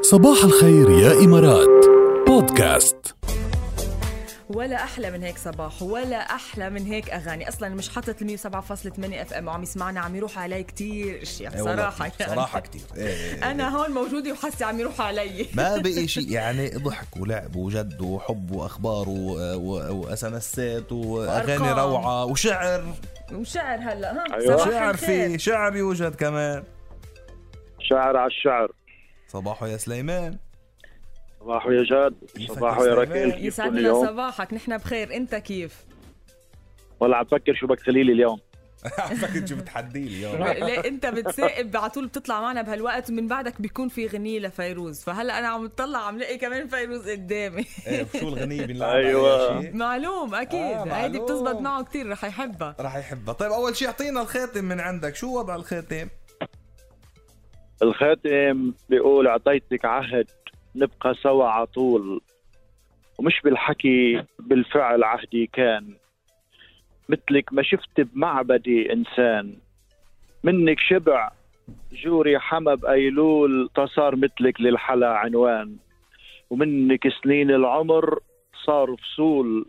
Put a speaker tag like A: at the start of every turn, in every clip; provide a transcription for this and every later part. A: صباح الخير يا إمارات بودكاست
B: ولا احلى من هيك صباح ولا احلى من هيك اغاني اصلا مش حاطط ال 107.8 اف ام وعم يسمعنا عم يروح علي كتير اشياء
C: إيه والله
B: بصراحه
C: كتير، صراحه كثير
B: انا هون موجوده وحاسه عم يروح علي
C: ما بقي شيء يعني ضحك ولعب وجد وحب واخبار و- و- واس ام اسات واغاني
B: وأرقام.
C: روعه وشعر
B: وشعر هلا ها
D: أيوة.
B: صباح
C: شعر
B: الخير.
C: في شعر يوجد كمان
D: شعر على الشعر
C: صباحو يا سليمان
D: صباحو يا جاد
C: كيفك
D: صباحو يا
C: يا
D: راكيل
C: سلام؟
D: كيفكم
B: يسعدنا
D: اليوم
B: صباحك نحن بخير انت كيف
D: والله عم بفكر شو بكسلي لي اليوم
C: عارفك انت بتحدي لي اليوم
B: ليه انت بتسائب على طول بتطلع معنا بهالوقت ومن بعدك بيكون في غنية لفيروز فهلا انا عم بتطلع عم لاقي كمان فيروز قدامي
C: إيه، وشو الغنية بنلعب عليها
D: أيوة.
C: شي؟
B: معلوم اكيد
C: آه،
B: هيدي
C: معلوم.
B: بتزبط معه كتير رح يحبها
C: راح يحبها طيب اول شيء اعطينا الخاتم من عندك شو وضع الخاتم
D: الخاتم بيقول اعطيتك عهد نبقى سوا على طول ومش بالحكي بالفعل عهدي كان مثلك ما شفت بمعبدي انسان منك شبع جوري حمى بايلول تصار مثلك للحلا عنوان ومنك سنين العمر صار فصول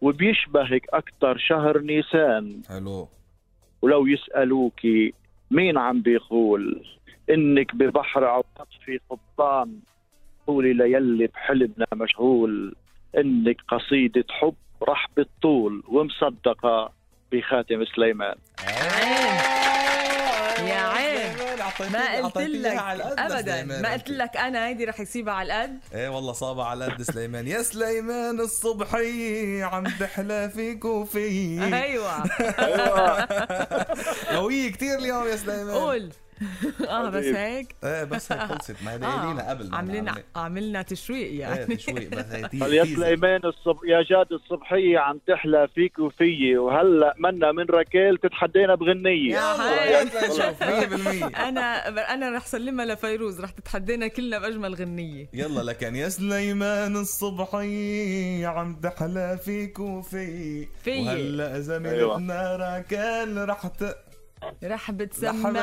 D: وبيشبهك اكثر شهر نيسان
C: حلو
D: ولو يسألوك مين عم بيقول إنك ببحر عطت في قبطان طول ليلي بحلمنا مشغول إنك قصيدة حب رح بالطول ومصدقة بخاتم سليمان
B: يا عين. ما قلت لك ابدا
C: يعني
B: ما قلت
C: لك
B: لك انا هيدي رح يسيبها على القد
C: ايه والله صابع على قد سليمان يا سليمان الصبحي عم تحلى فيك وفي
B: ايوه
C: قوية كتير اليوم يا سليمان
B: قول اه بس
D: حبيبي.
B: هيك
C: ايه بس هيك خلصت ما هيدي
B: آه،
C: قلينا قبل ما
B: عملنا
C: نعمل.
B: عملنا تشويق
C: ايه
B: يعني
C: تشويق بس هي تيزة-
D: يا
C: تيزة.
D: سليمان الصب... يا جاد الصبحية عم تحلى فيك وفيي وهلا منا من ركيل تتحدينا بغنية
C: يا
B: حي.
C: حي شوف 100%
B: انا انا رح سلمها لفيروز رح تتحدينا كلنا باجمل غنيه
C: يلا لكن يا سليمان الصبحي عم تحلى فيك وفي
B: في.
C: وهلا
D: أيوة.
C: زميلتنا راكان رح ت...
B: رح
C: رح
B: بتسمعنا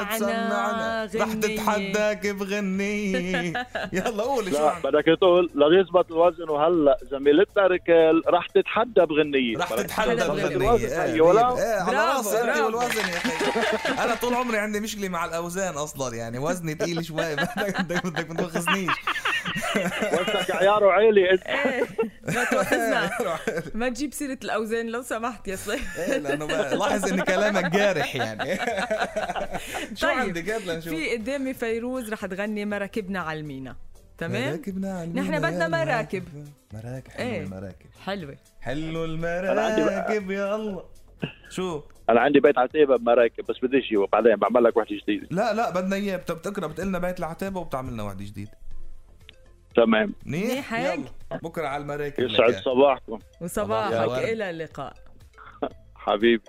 B: غنيه
C: رح تتحداك بغنية يلا قول شو
D: لا
C: عم-
D: بدك تقول لا يزبط الوزن وهلا زميلتنا ركال رح تتحدى بغنية
C: رح
D: بدك
C: تتحدى
B: بدك
C: بغنية.
D: الوزن،
C: إيه،
D: أيوة، لا.
C: إيه، على
B: برافو،
C: راسي انت
B: برافو.
C: والوزن يا اخي انا طول عمري عندي مشكله مع الاوزان اصلا يعني وزني تقيل شوي بدك بدك بدك ما توخزنيش
D: وزنك عيار وعيلي انت
B: إيه، ما تواخذنا ما تجيب سيره الاوزان لو سمحت يا صيف
C: إيه، لانه بقى- لاحظ ان كلامك جارح يعني شو
B: طيب،
C: عندك يلا نشوف
B: في قدامي فيروز رح تغني ما ركبنا على المينا تمام
C: مراكبنا على
B: نحن
C: المينا
B: بدنا
C: يا
B: مراكب.
C: مراكب حلو
B: إيه.
C: المراكب
B: حلوه
C: حلو
D: أنا عندي بقى-
C: المراكب يلا شو
D: انا عندي بيت عتيبه بمراكب بس بديش اجيبه بعدين بعمل لك وحده جديده
C: لا لا بدنا اياه بت- بتقرا بتقلنا بيت العتابه وبتعمل لنا واحده جديده
D: تمام
C: منيح
B: منيح هيك؟
C: يلا، بكره على المراكب
D: يسعد
C: لك.
D: صباحكم
C: يا
B: وصباحك
C: ورد.
B: الى اللقاء
D: حبيبي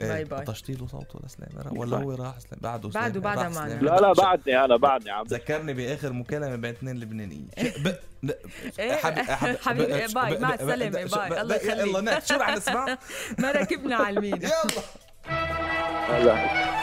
C: إيه،
B: باي باي.
C: طشتي له صوته لسلام ولا هو راح سلام بعده سلام
B: بعده- بعده
C: راح
B: معنا.
C: سلام.
D: لا لا بعدني انا بعدني عم
C: ذكرني باخر مكالمه بين اثنين لبنانيين
B: إيه، حبيبي، إيه، باي، مع السلامة، باي، الله يخليك.
C: يلا next. شو رح نسمع
B: ما ركبنا على المينا
C: يلا
D: هلا